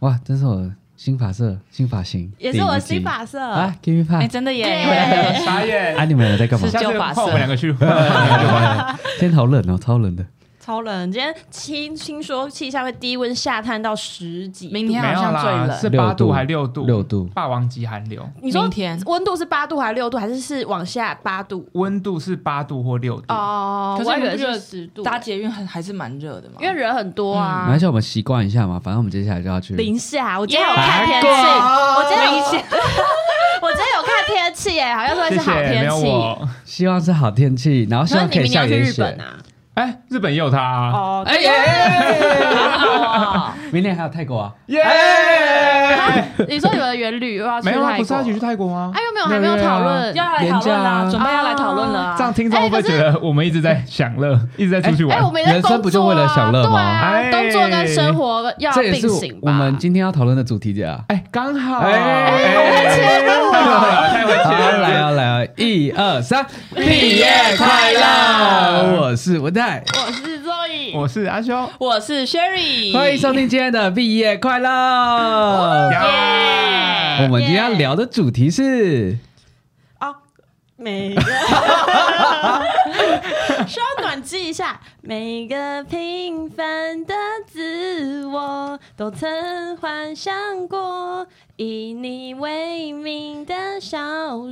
哇，这是我新发色、新发型也是我第一集新发色。啊，Give me 哎， five 真的耶！耶傻眼啊！你们有在干嘛啊是？下次就发换射我们两个去，今天好冷哦，超冷的。超冷！今天听听说气象会低温下探到十几度，明天啊没好有像最啦，冷，是八度还六六度度？六度霸王级寒流，你说明天温度是八度还是六度，还是是往下八度？温度是八度或六度。哦，嗯可是我还以你不为觉得是十度，搭捷运还还是蛮热的嘛，因为人很多啊没。嗯关系，我们习惯一下嘛，反正我们接下来就要去。零下，我今天有 Yeah，看天气，韩我今天有，我今天有看天气耶，好像说谢是好谢，没天有气。我。希望是好天气，然后希可是望你可以明年下要去点日雪。本啊？哎，日本也有它啊，哦，哎耶！明年还有泰国啊？耶！你说你们的元旅又要去没泰有国？啊，不是要一起去泰国吗哎，？又没有还没有讨论。要来讨论啦，准备要来讨论了这样啊！听众会不会觉得我们一直在享乐，一直在出去哎，玩我？们也在人生不就工作啊为了享乐吗对啊，哎工作跟生活要这也是并行我吧。们今天要讨论的主题啊。哎，刚好，哎哎我会切入太会了，太会好，切入了来啊来啊，一二三，毕业快乐我是文泰，我是 Zoe，我是阿修，我是 Sherry，欢迎收听今天的毕业快乐。我们今天要聊的主题是哦，每个稍短记一下，每个平凡的自我都曾幻想过，以你为名的小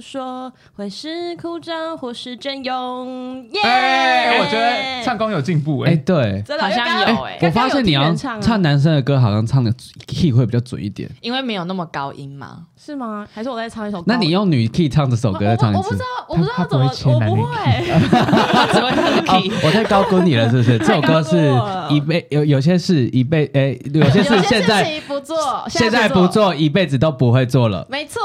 说会是枯燥或是隽永。耶、哎，我觉得唱功有进步哎，哎，对，真的好像因为刚刚有哎刚刚我发现你有听要人唱啊唱男生的歌，好像唱的 key 会比较准一点。因为没有那么高音嘛，是吗？还是我在唱一首歌？ 那你用女 key 唱这首我歌再唱一我不次知道。，我不知道他怎么，他不会切我男不女会。只会 那个 key。哦我太高估你了，是不 是？这首歌太是高估我了一辈有有些事一辈哎，有些有事些现在事情不做，现在不做，一辈子都不会做了。没错，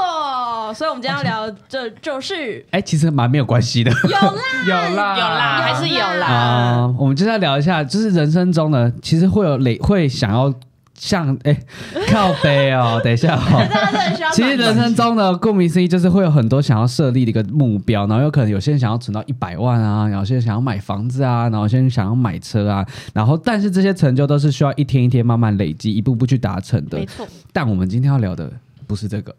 所以我们今天要聊这就是哎，其实蛮没有关 系的有 啦，哦有啦，有有啦，还是有啦。啊、我们就是要聊一下，就是人生中呢，其实会有累，会想要像哎、靠背哦，等一下哦。大家都很需要其实人生中呢，顾名思义就是会有很多想要设立的一个目标，然后有可能有些人想要存到一百万啊，有些人想要买房子啊，然后有些人想要买车啊，然后但是这些成就都是需要一天一天慢慢累积，一步步去达成的没。错，但我们今天要聊的不是这个，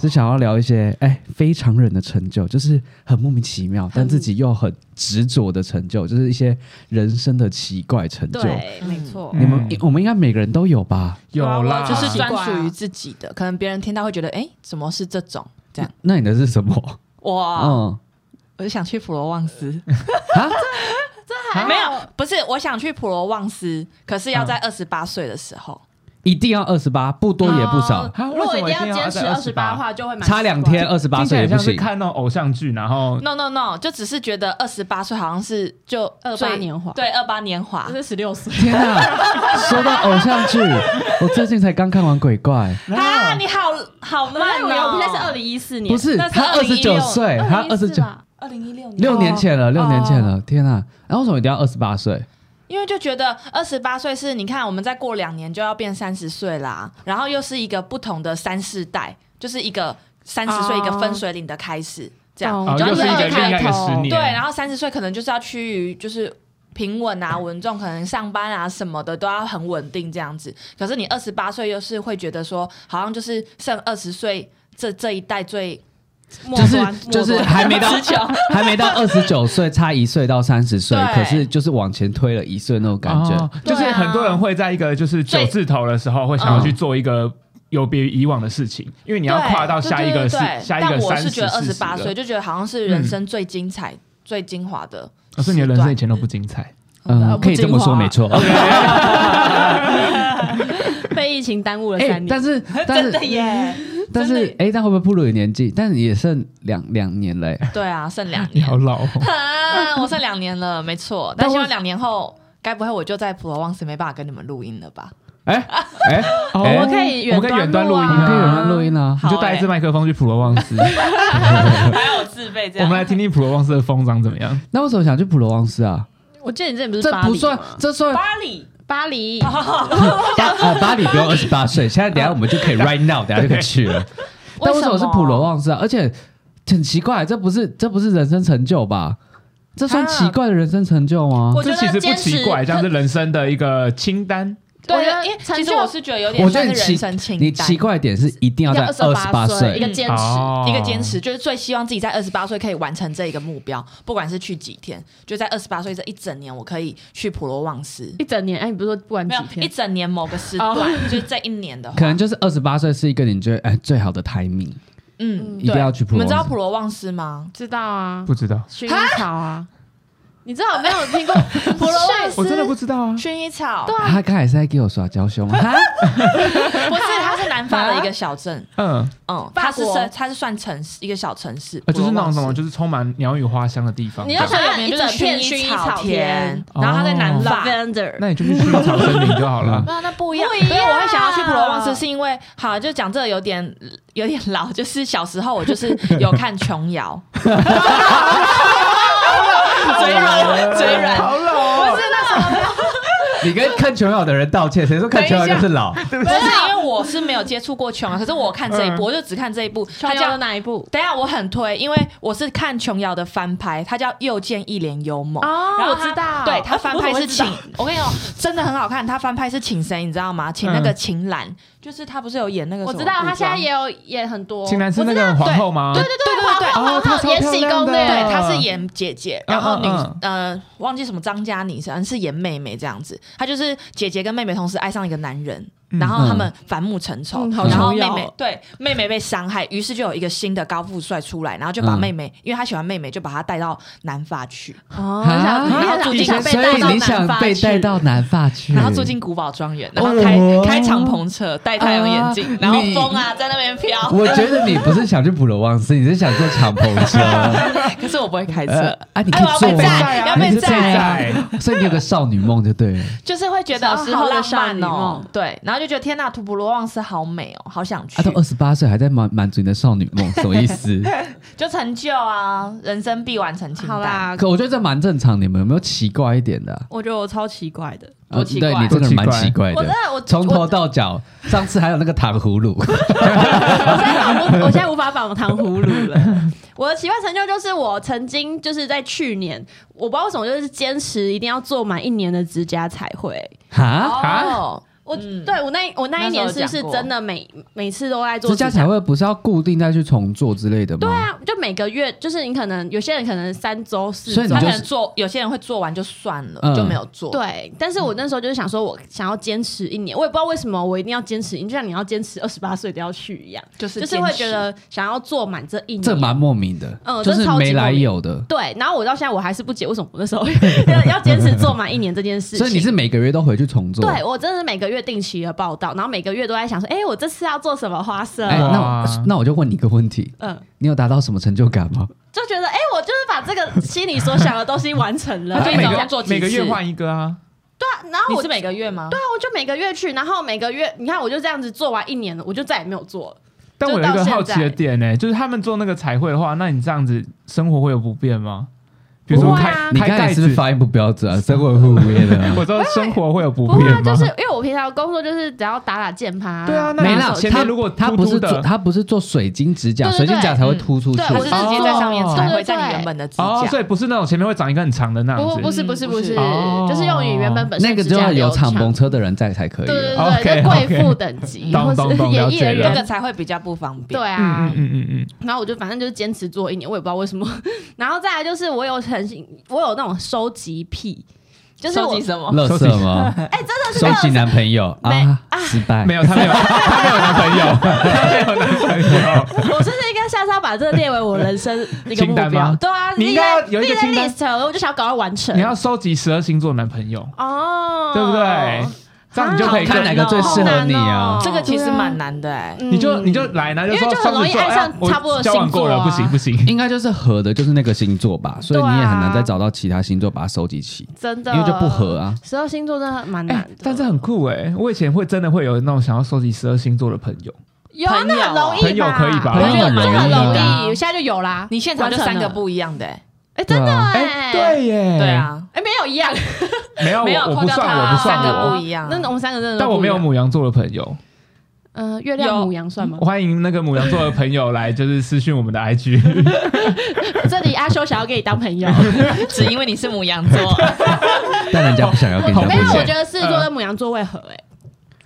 是想要聊一些哎非常人的成就，就是很莫名其妙，但自己又很执着的成就，就是一些人生的奇怪成就。对，没错，你们、嗯我们应该每个人都有吧？有啦，就是专专属于自己的，可能别人听到会觉得，哎，怎么是这种？这样，那你的是什么？哇，嗯我就想去普罗旺斯， 啊，还好没有，不是，我想去普罗旺斯，可是要在二十八岁的时候，一定要二十八，不多也不少，哦如果一定要坚持啊为什么一定要二十八的话，就会蛮差两天二十八听起岁来也不像是行。看那种偶像剧，然后 No no no，就只是觉得二十八岁好像是就28最年华对，二八年华奇怪，这是十六岁，天啊！说到偶像剧，我最近才刚看完《鬼怪啊，你好好慢我哦！们现在是二零一四》，年，不是那是他二十九2016岁，他二十2014九吧二零一六年六年前了，六年前哦了。天啊！然后为什么一定要二十八岁？因为就觉得二十八岁是，你看我们再过两年就要变三十岁啦，然后又是一个不同的三世代，就是一个三十岁哦一个分水岭的开始，这样。懂哦，就又是一个二另外一个十年，对，然后三十岁可能就是要趋于就是平 稳啊、稳重，可能上班啊什么的都要很稳定这样子。可是你二十八岁又是会觉得说，好像就是剩二十岁这这一代最末就是端就是末端还没到持久还没到二十九岁，差一岁到三十岁，对可是就是往前推了一岁那种感觉。哦就是很多人会在一个就是九字头的时候，会想要去做一个有别于以往的事情，因为你要对跨到下一个对是对对对下一个但我三是十嗯觉得二十40八岁的，就觉得好像是人生最精彩、最精华的时段。可是你的人生以前都不精彩，嗯，可以这么说，没错。被疫情耽误了哎三，年，但是但是耶，但真是的哎，但会不会步入你年纪？但也剩两两年嘞。对啊，剩两你年好老哦。啊，我剩两年了，没错。但但我希望两年后，该不会我就在普罗旺斯没办法跟你们录音了吧？哎哎，我我们可以我远们可以远端录录你音啊可以有人录音啊。好你就带一支欸麦克风去普罗旺斯，还有自备这我们来听听普罗旺斯的风长怎么样。那为什么想去普罗旺斯啊？我记得你之前不是这巴黎不算吗，这算巴黎，巴黎，巴呃巴黎不用二十八岁，现在等一下我们就可以 right now，等一下就可以去了。但为什么是普罗旺斯啊？而且很奇怪，这不是这不是人生成就吧？这算奇怪的人生成就吗？我觉这得其实不坚持奇怪，这样是人生的一个清单。对，啊我觉得因为成其实就我是觉得有点我觉得像你是奇人生清你单奇。怪的点是一定要在要二十八28岁岁嗯一个坚持。哦一个坚持，就是最希望自己在二十八岁可以完成这一个目标，不管是去几天，就在二十八岁这一整年，我可以去普罗旺斯，一整年，哎，你不是说不管没几有一天？整年某个时哦段，就是这一年的话，可能就是二十八岁是一个你觉得哎最好的 timing，嗯，一定对要去普你罗们知道旺斯普罗旺斯吗？知道哦啊，不知道，薰衣草啊，你知道 我没有听过普罗旺斯？我真的不知道啊。薰衣草，对啊，他刚才是在给我耍娇羞吗？哈不是，它是南法的一个小镇，嗯，嗯，法它是国是它是算城市一个小城市，呃，就是那种普什罗么，旺斯就是充满鸟语花香的地方。你它要这样最有名就是一整片薰薰衣衣草草田田，然后它在南哦法，。lavender，那你就去薰衣草森林就好了 没有，那不一样。不一所以我会想要去样普罗旺斯，是因为好，就讲这个有点有点老，就是小时候我就是有看琼瑶， 嘴软嘴软。 好老哦，你跟看琼瑶的人道歉，谁说看琼瑶就是老？不是因为我是没有接触过琼瑶，可是我看这一部，我就只看这一部，它他叫叫的哪一部？等一下，我很推，因为我是看琼瑶的翻拍，它叫《又见一帘幽梦》。哦然后我它知道对它翻拍我怎是么知道请，我跟你讲，真的很好看。它翻拍是请谁，你知道吗？请那个秦岚，就是她不是有演那个什嗯我么知道，古他现在装也有演很多。竟然是那我知个道皇后吗？对对对对对，哦，她皇后超漂延禧亮宫的。的对，她是演姐姐，嗯然后女嗯呃忘记什么张嘉倪是是演妹妹这样子，她就是姐姐跟妹妹同时爱上一个男人。然后他们反目成仇，嗯好然后重妹要妹对妹妹被伤害，于是就有一个新的高富帅出来，然后就把嗯妹妹，因为他喜欢妹妹，就把她带到南法去，哦，啊想然后你你想想被所带以到你南想法被去带到南法去，然后住进古堡庄园，然后开、嗯哦开敞篷车，戴太阳眼镜，啊然后你风啊在那边飘。 我觉得你不是想去普罗旺斯，你是想坐敞篷车。 可是我不会开车，呃啊，你可哎哎我要以坐被吗？载要被你是载啊所以你有个少女梦就对了。就是会觉得小哦时好候的浪少漫女哦梦，对，然后就觉得天呐，图普罗旺斯好美哦，好想去啊，，都二十八岁还在满满足你的少女梦，什么意思？就成就啊，人生必完成清单。好，啦，可我觉得这蛮正常，你们有没有奇怪一点的啊？我觉得我超奇怪的，呃多奇怪对你这个人蛮奇怪我真的，的我从头我到脚。上次还有那个糖葫芦，我现在仿佛，我现在 无法仿糖葫芦了。我的奇怪成就就是我曾经就是在去年，我不知道为什么就是坚持一定要做满一年的指甲才会。哈，哦，我、嗯对我那我那一年是不是真的每每次都在做指甲彩？绘不是要固定再去重做之类的吗？对，啊，就每个月，就是你可能有些人可能三周四所以你周他就可是能做，有些人会做完就算了，嗯就没有做。，对，但是我那时候就是想说，我想要坚持一年，我也不知道为什么我一定要坚持，就像你要坚持二十八岁都要去一样，就是就是会觉得想要做满这一年。这蛮莫名的，嗯就这是超级没来由的。对，然后我到现在我还是不解为什么我那时候 要要坚持做满一年这件事情。所以你是每个月都回去重做？对我真的是每个月定期的报道，然后每个月都在想说，哎、我这次要做什么花色？哎，那哇我那我就问你一个问题，嗯，你有达到什么成就感吗？就觉得哎、我就是把这个心里所想的东西完成了。哎他对就一每种个要做几次每个月换一个啊。啊，然后你我是每个月吗？对啊，我就每个月去，然后每个月你看我就这样子做完一年了，我就再也没有做了。但我有一就到个现好奇在的点呢、就是他们做那个彩绘的话，那你这样子生活会有不便吗？比如不说会开、啊你开刚才盖是不子嗯是，发音不标准啊？生活互约的啊。 我说生活会有不不会便啊，吗？就是因为我平常工作就是只要打打键盘、啊对啊，，那没啦了，，前他面如果他凸不凸是的做他不是做水晶指甲，对对嗯水晶指甲才会对凸出去。对它是直接在上面才哦会在你原本的指哦，甲。所以不是那种前面会长一个很长的那样不子，不是不是嗯不不是，是哦就是用于原本本身那个指就甲要有流敞程篷车的人在才可以对对了。对对，就 OK，OK 贵妇等级， 懂或懂是懂演了艺解了这人个才会比较不方便。对啊嗯，嗯嗯嗯然后我就反正就是坚持做一年，我也不知道为什么。 然后再来就是我有很喜我有那种收集癖，就是收我集什么？乐色吗？ 哎，真的是 收集男朋友没啊，失败嗯，没。有，他没有， 他没有男朋友，他没有男朋友。我是不是应该下次要把这个列为我人生一个目清单标吗？对啊， 你应该自己在有一个自己在清单 list，了我就想要赶快完成。你要收集十二星座男朋友，哦，对不对？这样你就可以啊看哪个最适合你啊哦这个其实对啊蛮难的哎。嗯你就你就来拿，为说就很容易双子座爱上哎我差不多的交往过星座啊了，不行不行。 应该就是合的，就是那个星座吧，所以你也很难再找到其他星座把它收集齐，真的，因为就不合。啊。十二星座真的蛮哎、难的，但是很酷哎、我以前会真的会有那种想要收集十二星座的朋友，有啊那很容易吧，朋友可以吧啊我觉朋得友这很很容易啊容易，现在就有啦。你现场就三完个成了，不一样的哎。哎，真的啊哎，对耶，对，啊，哎，没有一样，没有没有我我扣不掉算他我不三算个我，不一样那我们三个真的，但我没有，母羊座的朋友，呃，月亮有母羊 算吗？欢迎那个母羊座的朋友来，就是私讯我们的 IG，这里阿修想要跟你当朋友，只 因为你是母羊座，但人家不想要跟你当好没朋有，明我友。显嗯觉欸得狮子座跟母羊座会合，哎，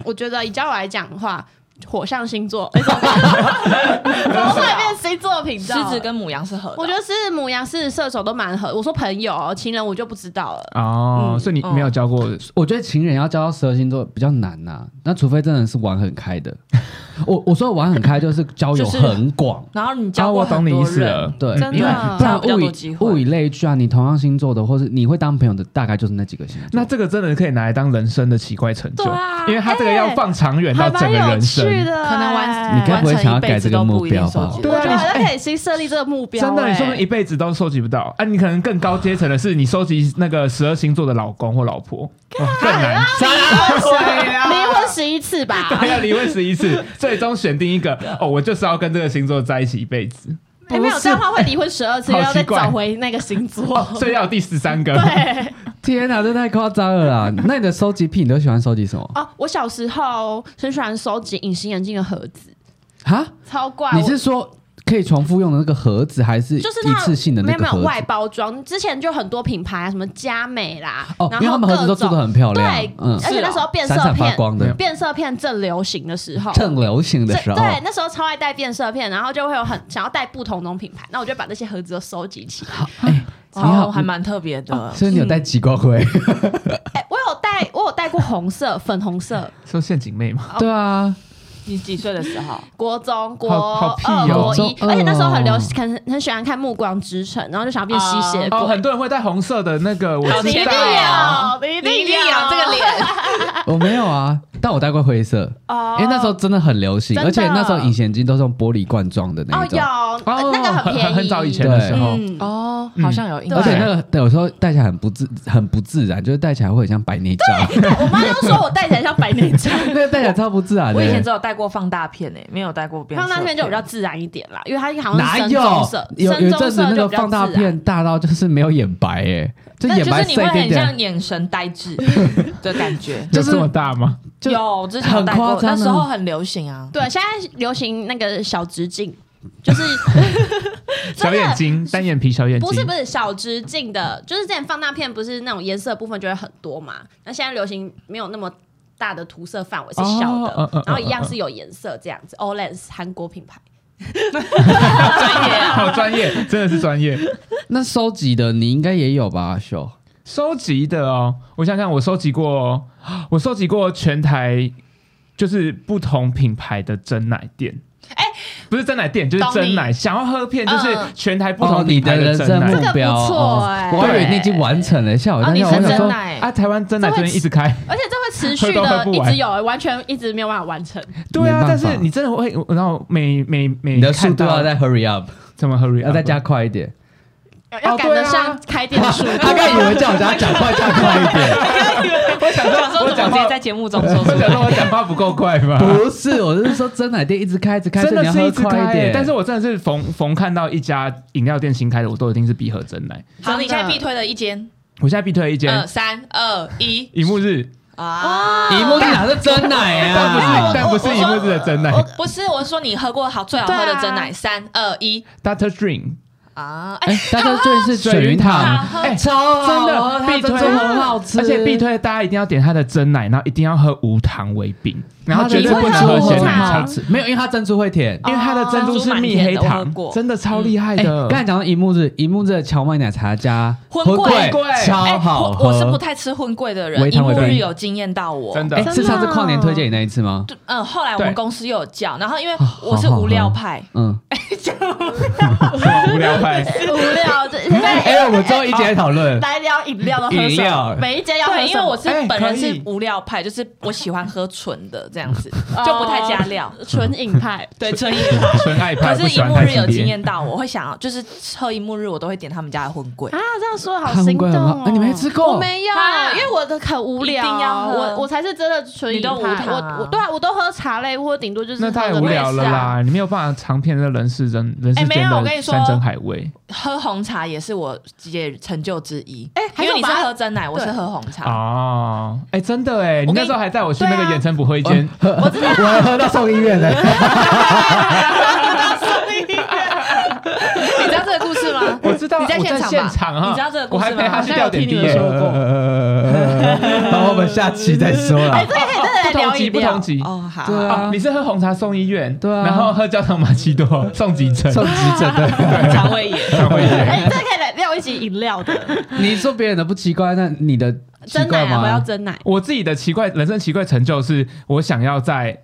我觉得以交友来讲的话，火象 星座，哎怎么办怎么会变星座频狮道？子跟母羊是合的，我觉得狮子、母羊、狮子、射手都蛮合。我说朋友哦、情人我就不知道了。嗯哦，所以你没有交过啊我觉得情人要交到十二星座比较难呐、那除非真的是玩很开的。 我我说玩很开就是交友就是很广，然后你啊教过我懂很你多意思人了，，对，真的因为不然比较物多机以会物以类聚啊，你同样星座的，或是你会当朋友的，大概就是那几个星座。那这个真的可以拿来当人生的奇怪成就对，啊，因为他这个要哎放长远到还整蛮个有人趣生。的哎，可能玩你该完不会成想要一辈改子这个都目不一定标收吧集对我啊觉得你好像哎可以新设立这个目标、真的，你说不定哎一辈子都收集不到啊！你可能更高阶层的是，你收集那个十二星座的老公或老婆，哦更难。啊离婚十一次吧？对，啊要离婚十一 次，最终选定一个哦，我就是要跟这个星座在一起一辈子，哎，没有这样的话会离婚十二次，好又要再奇怪哦找回那个星座。所以要有第十三个。对天哪、这太夸张了啦！ 那你的收集癖，你都喜欢收集什 么？哦，我小时候很喜欢收集隐形眼镜的盒子，哈？超怪。你我是说可以重复用的那个盒子，还是就是一它次性的那没有个没有盒外子？包装，之前就很多品牌啊，什么佳美啦，哦，然因为后他们盒子各都做的种很漂亮，对，嗯，而且那时候变闪色闪发片，光的，变色片正流行的时候，正流行的这时候，对，那时候超爱带变色片，然后就会有很想要带不同种品牌，那我就把那些盒子都收集起来。你好哦，还蛮特别啊的。所以你有带极光灰？哎、我有带，我有带过红色、粉红色，说陷阱妹嘛，对 啊，你几岁的时候？国中、国好屁二、哦国一，中二哦而哎且那时候很流行，很很喜欢看《暮光之城》，然后就想要变吸血鬼。哦，很多人会带红色的那个，我好知甜道蜜哦有，你一你一定有这个脸。我没有啊，但我带过灰色，哦因为那时候真的很流行，真的而且那时候隐形眼镜都是用玻璃罐装的那哦一种有，，呃那个很便宜，很早以前的时候，嗯，哦，好像有印象。而且那个对有时候戴起来很不自很不自然，就是戴起来会很像白内障，对我妈就说我戴起来像白内障。 那个戴起来超不自然我以前的只。有带过放大片诶，没有带过变色放片。大片就比较自然一点啦，因为它好哪像是有深棕色，有有深一棕阵子色那就个比较放自大然。片大到就是没有眼白哎，就但眼就白是你塞会一点很像点，眼神呆 滞的感 觉。就就是这么大吗？就有之前有带很过夸，张那啊时候很流行啊。对，现在流行那个小直径，就是小眼睛，单眼皮小眼睛，不是不是小直径的，就是之前放大片不是那种颜色部分就会很多嘛，那现在流行没有那么大的涂色范围是小的，哦嗯嗯然后一样是有颜色这样子。Olens 韩国品牌，专业啊， 好专业，真的是专业。那收集的你应该也有吧，秀？收集的哦，我想想，我收集过，哦 我收集过全台就是不同品牌的真奶店。哎不是真奶店，就是懂真你奶。想要喝片，就是嗯全台不哦同你品的牌人真生奶。目这个标不错哦哎我以为你已经完成了，吓我哦一你跳！是我想真说，奶啊，台湾真奶这最会近一直开，而且这 会持续喝到的喝不一完直有、哎完全一直没有办法完 成。对啊没，但办法是你真的会，然后每每每你的速度看到要再 hurry up，怎么 hurry，啊要再 up 加快一点。要要哦赶对得啊上开店的速度。他刚以为叫我叫他讲快加快一点，我想说，我怎么直接在节目中说出我想来？说我讲话不够快吗？不是，我是说真奶店一直开，一直开，真的所以是你一要直喝开快一欸点。但是我真的是逢逢看到一家饮料店新开的，我都一定是必喝真奶。好，你现在必推的一间，我现在必推一嗯，间三二一荧幕日，啊！一幕是哪是真奶但不啊哎是？但不是荧幕日的真奶不是，我是说你喝过好最好喝的真奶，三二一，Doctor Dream 啊！哎，哎，大家最是水云啊堂，好喝哎超真好喝的它必推，珍珠很好吃，而且必推大家一定要点它的真奶，然后一定要喝无糖为冰，然后绝对不能喝珍鲜珠奶很好茶，吃，没有，因为它珍珠会甜。因为它的珍珠是蜜哦哦珍珠蛮甜黑的我喝糖过，真的超厉害哎，的刚。才讲到银幕日，银幕日的荞麦奶茶加荤桂桂超好哎我喝。我是不太吃混贵的人，微一糖幕微冰日有惊艳到我，真的哎，真是上次的跨年推荐你那一次吗？对嗯，后来我们对公司又有叫，然后因为啊我是好好无料好派，嗯， 无聊 派，无聊，这哎，我们终于一起来讨论。来聊饮料的喝饮什料么？每一间要喝对，因为什么我是哎本人可以是无料派，就是我喜欢喝纯的这样子，就不太加料。纯饮派，对，纯饮派。纯爱可派，不是喜一欢幕太日激有惊烈。艳到我，我会想要就是喝一幕日，我都会点他们家的荤桂 啊，。这样说好看心动过很好哦！哎你没吃过我没有啊，因为我的很无聊。一定要喝我我才是真的纯饮派。你都无糖啊我我对啊，我都喝茶类，或者顶多就是那太无聊了啦！你没有办法尝遍这人世人人世啊哎没间有我跟的你说山珍海味喝红茶也是我也成就之一。哎还因有为你是把它喝真奶，我是对喝红茶。哦！哎，真的哎，你我跟那你时候还带我去那对啊个远程不会间，我知道，我还喝到送医 院的。你知道这个故事吗？我知道，你在我现在场现吧场哈，你知道这个故我事还 吗？陪他去掉点滴耶。好，我们下期再说啦。对对对，聊同级饮不料同级哦，好，对啊哦，你是喝红茶送医院，对啊然后喝焦糖玛 奇朵送急诊，送急诊的，肠胃炎。肠胃炎哎，这可以来聊一集饮料的， 你说别人的不奇怪，那你的奇真奶怪啊，我要吗？真奶。 我自己的奇怪人生奇怪成就是，我想要在，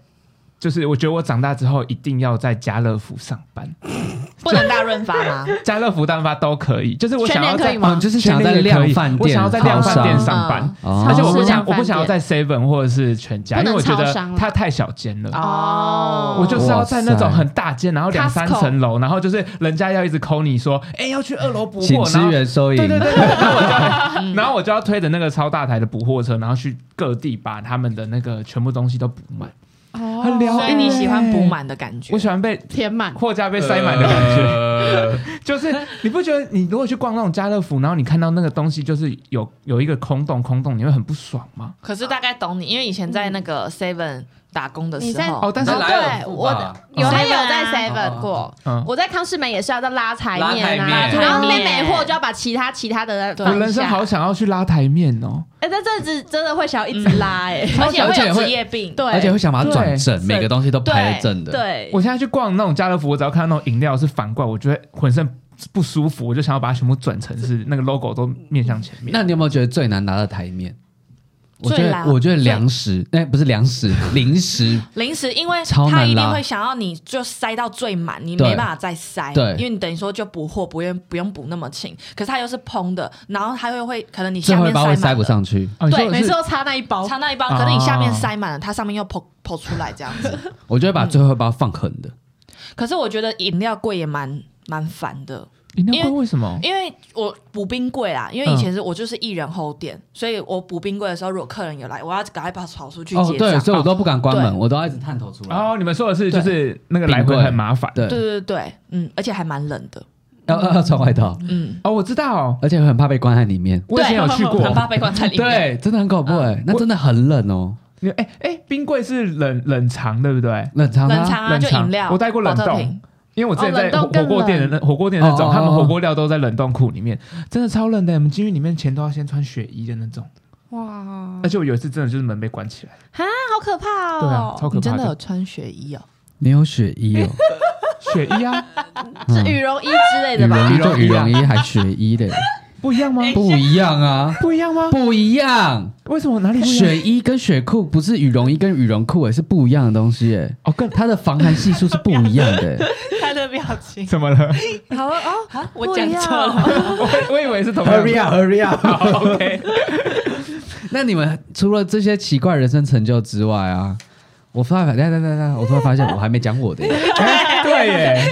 就是我觉得我长大之后一定要在家乐福上班， 不能大润发吗？家乐福、单发都可以，就是我想要全联可在以。哦，吗你就是全想在联也可量以饭店，我想要在量饭店上班嗯，哦而且我不超想商，我不想要在 Seven 或者是全家，不因能为我觉超得商了它太小间了。哦我就是要在那种很大间，然后两 Costco 三层楼，然后就是人家要一直 call 你说，哎、要去二楼补请货，支然后援收银，对对对，对然后我就要然后我就要推着那个超大台的补货车，然后去各地把他们的那个全部东西都补满。很疗所以你喜欢补满的感觉我？喜欢被填满，货架被塞满的感觉，就是你不觉得你如果去逛那种家乐福，然后你看到那个东西就是有有一个空洞空洞，你会很不爽吗？可是大概懂你，因为以前在那个 Seven 打工的你时在候，哦，但是哦对，富我吧的有还有 Seven 啊在哦 Seven 过嗯，我在康士美也是要在拉台面拉啊，台面然后妹妹拉台面货就要把其他其他的对我放人生下好想要去拉台面哦，哎，那这子真的会想要一直拉哎，而且而会且有会职业病，对，而且会想把它转正，对每个东西都排正的。对，我现在去逛那种家乐福，我只要看到那种饮料是反过来，我就会浑身不舒服，我就想要把它全部转成是那个 logo 都面向前面。那你有没有觉得最难拿到台面？我觉最得难我觉得粮食，哎，不是粮食， 零食。零食，因为超他难一拉定会想要你就塞到最满，你对没办法再塞，对因为你等于说就补货，不用不用补那么勤，可是它又是蓬的，然后它又会可能你最下后面一包会满塞不了，上啊去，哦你说对的每是次都插那一包，它那一包，哦可能你下面塞满了，它上面又剖剖出来这样子。 我就会嗯把最后一包放狠的。可是我觉得饮料柜也蛮蛮烦的，饮料因为罐为什么？因为我补冰柜啦，因为以前是我就是一人 hold 店，嗯所以我补冰柜的时候，如果客人有来，我要赶快把它跑出去哦结，对，账。所以我都不敢关门，对我都要一直探头出来。哦，你们说的是就是那个来冰回柜很麻烦。对对，对对，嗯，而且还蛮冷的，要要要穿外套，嗯，哦，我知道，而且很怕被关在里面。我以前有去过。很怕被关在 里面。嗯对，真的很恐怖哎，那真的很冷哦，你哎哎，冰柜是冷冷藏，对不对？冷藏冷啊。藏啊，冷就藏饮料，我带过冷保特冻瓶因为我之前哦在冷冻火火更锅店的那火锅店那哦种，哦他们哦火锅料都在冷冻库里面，真的超冷的。我们进去里面前都要先穿雪衣的那种。哇，而且我有一次真的就是门被关起来，啊，好可怕对啊，哦！超可你怕真的有穿雪衣哦？没有雪衣 哦，雪衣啊，是羽绒衣之类的吧？羽绒衣就羽绒衣还雪衣 的，不一样哎吗？不一样啊，不一样吗？不一样。为什么哪里不一样？雪衣跟雪裤不是羽绒衣跟羽绒裤哎，是不一样的东西哎。哦，更，它的防寒系数是不一样的 欸，他的表情怎么了？好啊哦，我不讲一样错了，我我以为是同 Hurry up, hurry up！ OK， 那你们除了这些奇怪人生成就之外啊，我发现，等一下等一下等一下，我突然发现我还没讲我的耶。 对耶，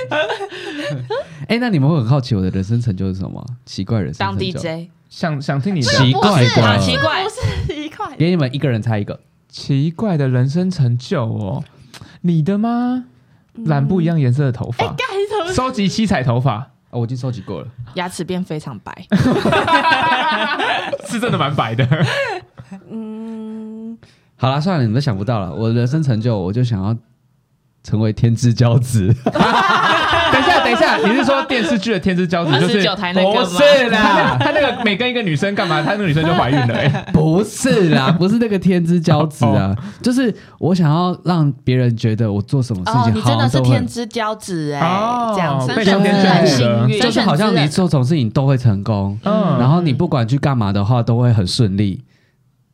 哎、那你们会很好奇我的人生成就是什么？奇怪人生当成就 DJ 想想听你的奇怪不是啊，啊奇的，怪 不，是一块。给你们一个人猜一个。奇怪的人生成就哦，你的吗？染不一样颜色的头发，嗯哎干什么？收集七彩头发，哦，我已经收集过了。牙齿变非常白，哎是真的蛮白的。嗯，好啦，算了，你们都想不到了。我的人生成就，我就想要成为天之骄子。等一下，等一下，你是说电视剧的天之骄子就是29台那个吗不是啦，他那个每跟一个女生干嘛，他那个女生就怀孕了、 欸。不是啦，不是那个天之骄子啊，就是我想要让别人觉得我做什么事哦，情你好真的像是都天会。之骄子哎哦，这样子被上天很眷顾幸了运，就是好像你做什么事情都会成功，嗯然后你不管去干嘛的话，都会很顺利。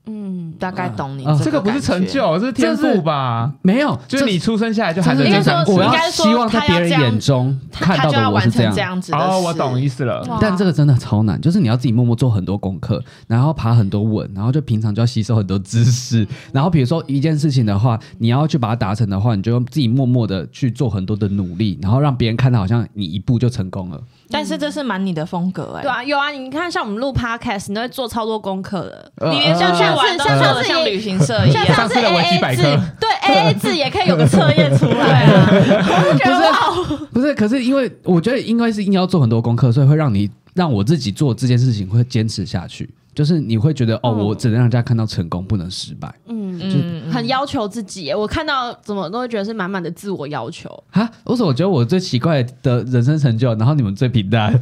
嗯，大概懂你啊哦这个不是成就，这是天赋吧？没有，就是你出生下来就含着这这是张我骨要应该说希望在别人他要这样眼中他看他到就要的我完是这成样这。样嗯子的哦，我懂意思。思了。哇但这个真的超难，就是你要自己默默做很多功课，然后爬很多文，然后就平常就要吸收很多知嗯识。然后比如说一件事情的话，你要去把它达成的话，你就要自己默默的去做很多的努力，然后让别人看到好像你一步就成功了。但是这是蛮你的风格哎，对啊，有啊，你看，像我们录 podcast，你都会做超多功课的。你连像嗯上像次上像上次像上次次也像旅行社一像上样，上次次的维 A 基 A 百制科，对 A A 制也可以有个测验出来啊。我就觉得哇，不是，可是因为我觉得应该是硬要做很多功课，所以会让你让我自己做这件事情会坚持下去。就是你会觉得哦，我只能让人家看到成功，不能失败嗯，嗯，很要求自己耶。我看到怎么都会觉得是满满的自我要求。啊！我说，我觉得我最奇怪的人生成就，然后你们最平淡。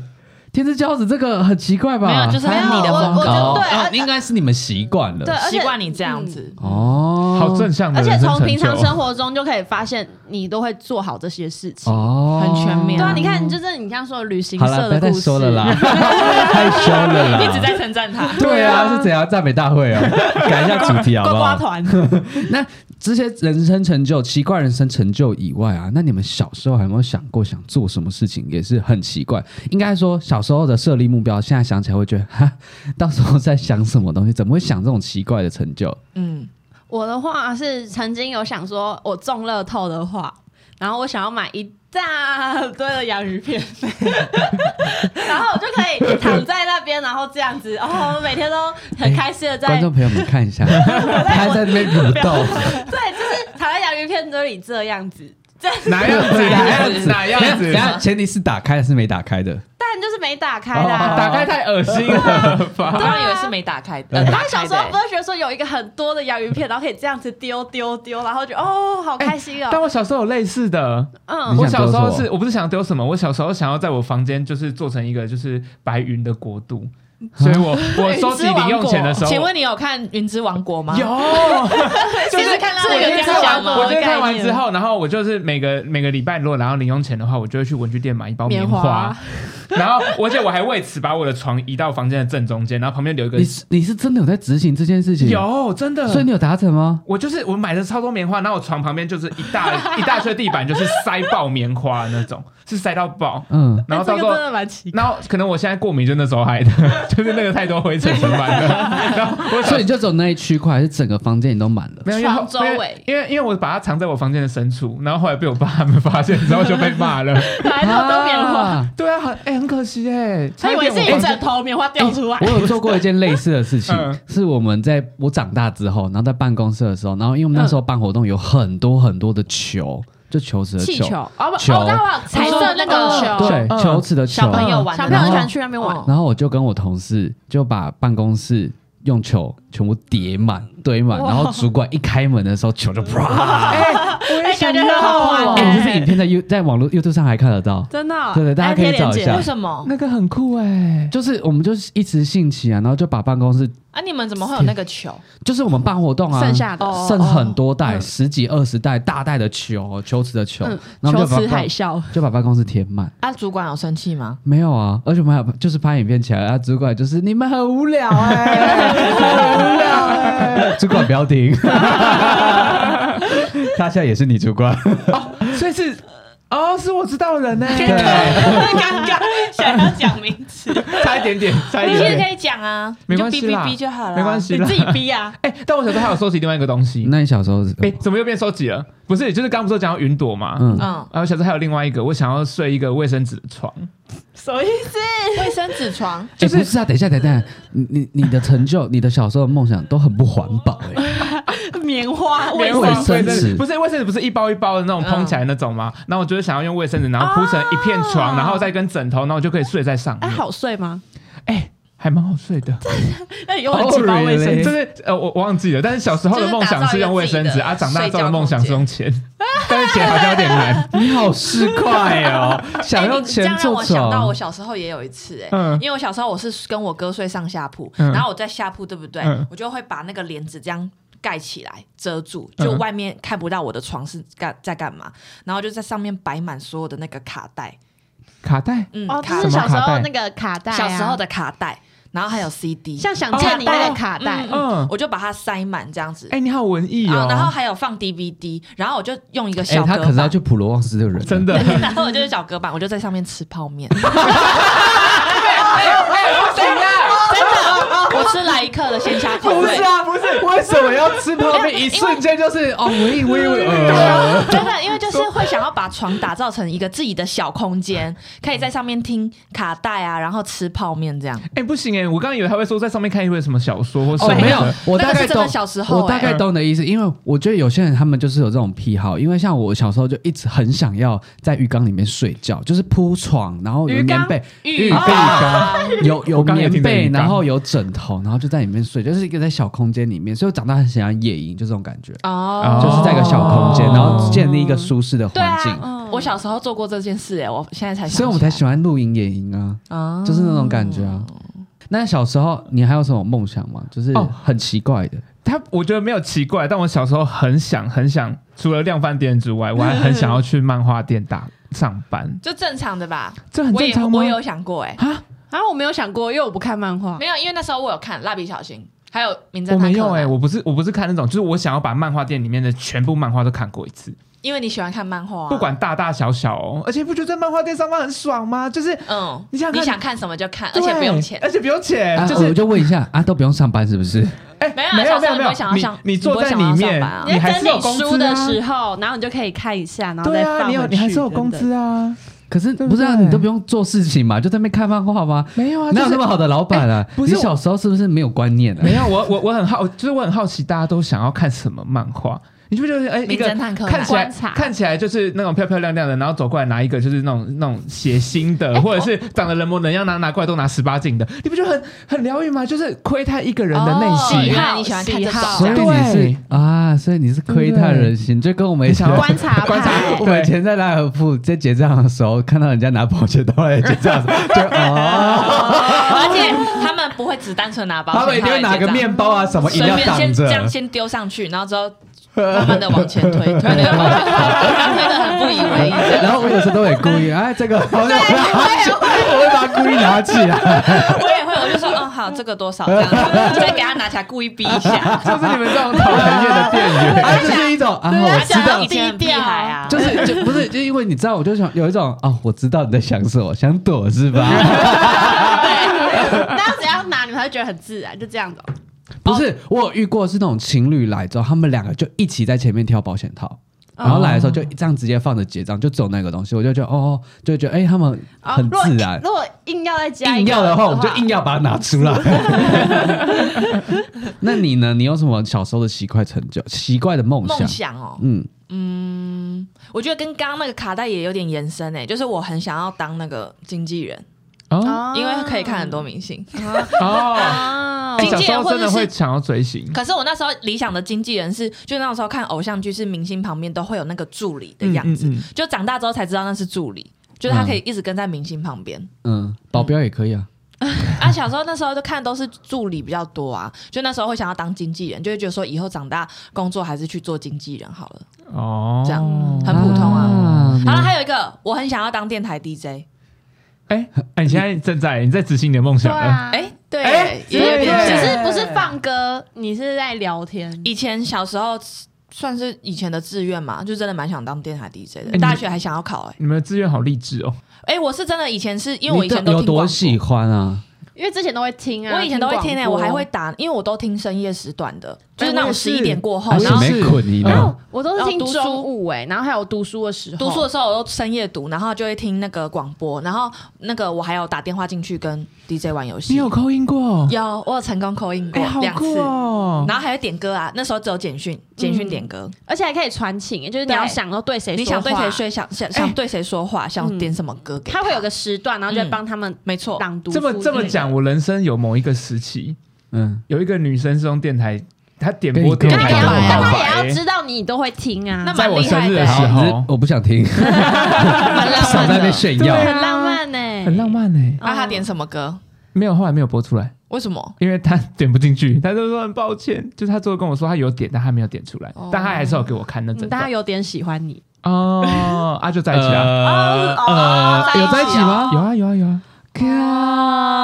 天之骄子这个很奇怪吧？没有就是还好你的我风格我就对哦啊，应该是你们习惯对了。而且习惯你这样子。哦，好正向的而且人嗯生成就，从平常生活中就可以发现，你都会做好这些事情。哦，很全面对啊，你看，就是你刚刚说的旅行好了，社不的要故再事，说了 啦，太羞了啦，一直在称赞他。对啊，是怎样赞美大会哦？改一下主题好呱不呱好？团，那这些人生成就、奇怪人生成就以外啊，那你们小时候有没有想过想做什么事情？也是很奇怪。应该说小时候的设立目标，现在想起来会觉得，哈，到时候在想什么东西？怎么会想这种奇怪的成就？嗯，我的话是曾经有想说，我中乐透的话，然后我想要买一大堆的洋芋片，然后我就可以躺在那边，然后这样子，然哦后我每天都很开心的在、观众朋友们看一下，哎他在那边蠕动，对，就是躺在洋芋片堆里这样子， 哪样子哪样子哪样等子一，下前提是打开还是没打开的？但就是没打开啦、哦打开太恶心了吧我？刚刚以为是没打开的，呃啊然打后小开时的候欸不是觉得说有一个很多的洋芋片，然后可以这样子丢丢丢，然后就哦好开心但哦，我小时候有类似的，你嗯，想啊我小时丢什候么是我不是想丢什么，我小时候想要在我房间就是做成一个就是白云的国度，啊所 以我我云收集之王零用国钱的时候，请问你有看《云之哎王国》吗？有，啊就是看到我这个今天家看乡完， 我的今天看完之概后，然后我就是每个每个礼拜如果拿到零用钱的话，我就会去文具店买一包棉棉花然后而且我还为此把我的床移到房间的正中间，然后旁边留一个你是你是真的有在执行这件事情？，有真的，所以你有达成吗？我就是我买的超多棉花，然后我床旁边就是一大一大圈地板，就是塞爆棉花的那种，是塞到爆。嗯，然后哎这到个时候真，的蛮奇怪。然后可能我现在过敏，就那时候害的， 就是那个太多灰尘尘螨了。然后我小所以你就走那一区块，还是整个房间你都满了？没有因为床周围因为因为因为我把它藏在我房间的深处，然后后来被我爸他们发现之后就被骂了。本来就都棉花，啊 对啊，很哎、很可惜哎、他差以一为点是我一房间，整头棉花掉出来我。有做过一件类似的事情嗯是我们在我长大之后，然后在办公室的时候，然后因为我们那时候办活动有很多很多的球，就球池的气球，哦不，球哦，那哎我有彩色那个球，对，嗯球池的小球。朋友玩的小那朋友很种，喜欢去那边玩，哦然后我就跟我同事就把办公室用球全部叠满、堆满，然后主管一开门的时候，球就啪！哎，感觉很好玩。哎，这支影片在 U 在网络 YouTube 上还看得到。真的哦，啊对对大家可以找一下为什么？那个很酷哎、就是我们就是一直兴起啊，然后就把办公室，啊，你们怎么会有那个球？就是我们办活动啊，剩下的哦剩很多袋，十几二十袋大袋的球，球池的球，然后求就把吃嗯海办啸，就把办公室填满。啊，主管有生气吗？没有啊，而且我们还有就是拍影片起来，啊，主管就是你们很无聊哎、很无聊哎、 主管不要停，他现在也是你主管，所以是哦，是我知道人呢、对， 刚刚想要讲名字，差一点点，差一你其点实可点。以讲啊，没你就关系哔哔啦哔就好了，啊没关系你啦自己逼啊。哎、但我小时候还有收集另外一个东西，那你小时候是哎、怎么又变收集了？不是，就是刚刚不是有讲到云朵嘛？ 嗯。嗯，嗯，然后小时候还有另外一个，我想要睡一个卫生纸的床，什么意思？卫生纸床，就就是是、不是啊，等一下，等一下，你你你的成就，你的小时候的梦想都很不环保哎、 棉花，卫什生么棉花纸不是卫生纸，不是一包一包的那种蓬起来那种吗？然后我就是想要用卫生纸，然后铺成一片床，啊然后再跟枕头，然后我就可以睡在上哎，面。好睡吗？哎、还蛮好睡的。那你用了几包 Oh, 卫生 really？纸？就是呃，我我忘记了，但是小时候的梦想是用卫生纸啊，长大之后的梦想是用钱，但是钱好像有 点难。你好市 侩哦，想哎用你钱这样让做我想到床，我小时候也有一次哎、嗯因为我小时候我是跟我哥睡上下铺，嗯然后我在下铺对不对？嗯我就会把那个帘子这样。盖起来遮住，嗯就外面看不到我的床是干在干嘛，然后就在上面摆满所有的那个卡带，卡带嗯，哦，卡就是小时什么卡候带那个卡带啊，小时候的哦卡带，然后还有 CD，像想见你那个卡带嗯，嗯我就把它塞满这样子，哎、你好文艺然哦后，然后还有放 DVD，然后我就用一个哎、小他隔可是要板，去普罗旺斯的人，啊 真的，然后我就是小隔板，我就在上面吃泡面，我吃来一克的鲜虾泡不面是。啊，不是，为什么要吃泡面？一瞬间就是哦，我以为我以为呃，真的，因为就是会想要把床打造成一个自己的小空间，可以在上面听卡带啊，然后吃泡面这样。哎、不行哎、我刚刚以为他会说在上面看一本什么小说或什哦么的，没有，我大那个概是真懂的，小时候、我大概哎懂你的意思，因为我觉得有些人他们就是有这种癖好，因为像我小时候就一直很想要在浴缸里面睡觉，就是铺床，然后有棉被，浴缸缸有有我刚也棉听成被，浴缸然后有枕头，然后就在里面睡，就是一个在小空间里面，所以我长大很想要野营，就这种感觉，哦，就是在一个小空间，哦然后建立一个舒适的对环境。啊，我小时候做过这件事哎、我现在才想起来，所以我们才喜欢露营野营啊，啊哦就是那种感觉啊。那小时候你还有什么梦想吗？就是哦很奇怪的，他我觉得没有奇怪，但我小时候很想很想，除了量贩店之外，我还很想要去漫画店打上班，就正常的吧。这很我正也常吗我？有想过哎、哦啊，我没有想过，因为我不看漫画。没有，因为那时候我有看《蜡笔小新》，还有《名侦我探柯南没》有哎、我不是我不是看那种，就是我想要把漫画店里面的全部漫画都看过一次，因为你喜欢看漫画、啊，不管大大小小哦。而且不觉得在漫画店上班很爽吗？就是嗯，你想看想看什么就看，而且不用钱对。而且不用钱，啊，哎就我是就问一下啊，都不用上班是 不是？哎、没有啊没有小没时候有你没不会有想要上，你坐在里你不会想要上面班，啊你你在还是整有理书工资的啊。时候，然后你就可以看一下，然后对再啊，放你有回去。你还是有工真的资啊，可是对不不是啊，对你都不用做事情嘛，就在那边看漫画吗？没有啊，哪有就是哎那么好的老板啊？不是你小时候是不是没有观念啊？没有，我我我很好，就是我很好奇，大家都想要看什么漫画？你觉不觉得？哎、一名个侦探柯南看起来观察看起来就是那种漂漂亮亮的，然后走过来拿一个就是那种那种血腥哎的，或者是哦长得人模人样，拿拿过来都拿十八禁的，你不觉得很很疗愈吗？就是窥探一个人的内哦心喜。好你喜欢看这喜种好所以你对是啊，所以你是窥探人心，就跟我们以前你想要观 察 观察派我们以前在拉尔夫在结账的时候，看到人家拿保险套来结账的时候，就 哦，而且他们不会只单纯拿包，他们一定会拿个面包啊什么饮随料便挡先这着样。先丢上去，然后之后慢慢的往前推，推那个保险套，然后推的很不以为意。然后我有时候都会故意，哎，这个好像我会把它故意拿起来。我也会，我就说，嗯，好，这个多少这样子，再给他拿起来故意逼一下。 就是你们这种讨人厌的店员，啊，这是一种啊，我知他道以，前很屁孩啊，就是就不是就因为你知道，我就想有一种啊、我知道你在想什么，想躲是吧？ 但是只要拿，你们会觉得很自然，就这样子哦。不是，我有遇过是那种情侣来之后，他们两个就一起在前面挑保险套。然后来的时候就这样直接放着结账，就只有那个东西，我就觉得哦，就觉得哎、他们哦很如果自硬然。如果硬要再加一硬个要的话，我们就硬要把它拿出来。 那你呢？你有什么小时候的奇怪成就、奇怪的梦想？梦想哦，嗯，嗯，我觉得跟刚刚那个卡带也有点延伸诶，就是我很想要当那个经纪人，哦因为可以看很多明星。哦，哦哎经小纪时人候或真者的是会想要追星，可是我那时候理想的经纪人是，就那时候看偶像剧是明星旁边都会有那个助理的样子，嗯嗯嗯就长大之后才知道那是助理，就是他可以一直跟在明星旁边。 嗯，保镖也可以啊。啊，小时候那时候就看都是助理比较多啊，就那时候会想要当经纪人，就会觉得说以后长大工作还是去做经纪人好了。哦，这样很普通啊嗯然后还有一个，我很想要当电台 DJ。哎、哎，你现在正在你在执行你的梦对想了。啊，哎，对，哎也有对点只像。是不是放歌，你是在聊天。以前小时候算是以前的志愿嘛，就真的蛮想当电台 DJ 哎你的，大学还想要考哎你们的志愿好励志哦！哎，我是真的以前是因为我以你前有都听多广喜播。欢啊？因为之前都会听啊，我以前都会听诶、诶、我还会打，因为我都听深夜时段的，就是那哎种我也十是一点过后，还我也是然后是没捆嗯你然呢后？哦我都是然听后读书中午哎、然后还有读书的时候，读书的时候我都深夜读，然后就会听那个广播，然后那个我还有打电话进去跟 DJ 玩游戏。扣音过？有我有成功扣印哎、过好两、酷次，哦！然后还有点歌啊，那时候只有简讯，简讯点歌，而且还可以传情、诶就是你对要想到对谁，你想对谁，说，想想想对谁说话，想点什么歌给他会有个时段，然后就会帮他们没错，朗读、这么这么，讲，我人生有某一个时期，嗯，有一个女生是用电台，她点播跟电你台那他也告跟要，白我告那他也白、要知道你都会听啊，那在我生日的时好，只是候，我不想 听，很浪少在那漫边的，炫对耀啊。很浪漫欸呢、很浪漫呢、哎那、啊他点什么歌？没有，后来没有播出来，为什 么？因为她点不进去，她就说很抱歉，就是她最后跟我说她有点，但她没有点出来，哦但她还是有给我看那嗯整但他段。有点喜欢你，哦，啊，就在一起啊，呃哦呃，有在一起吗？有啊有啊有啊，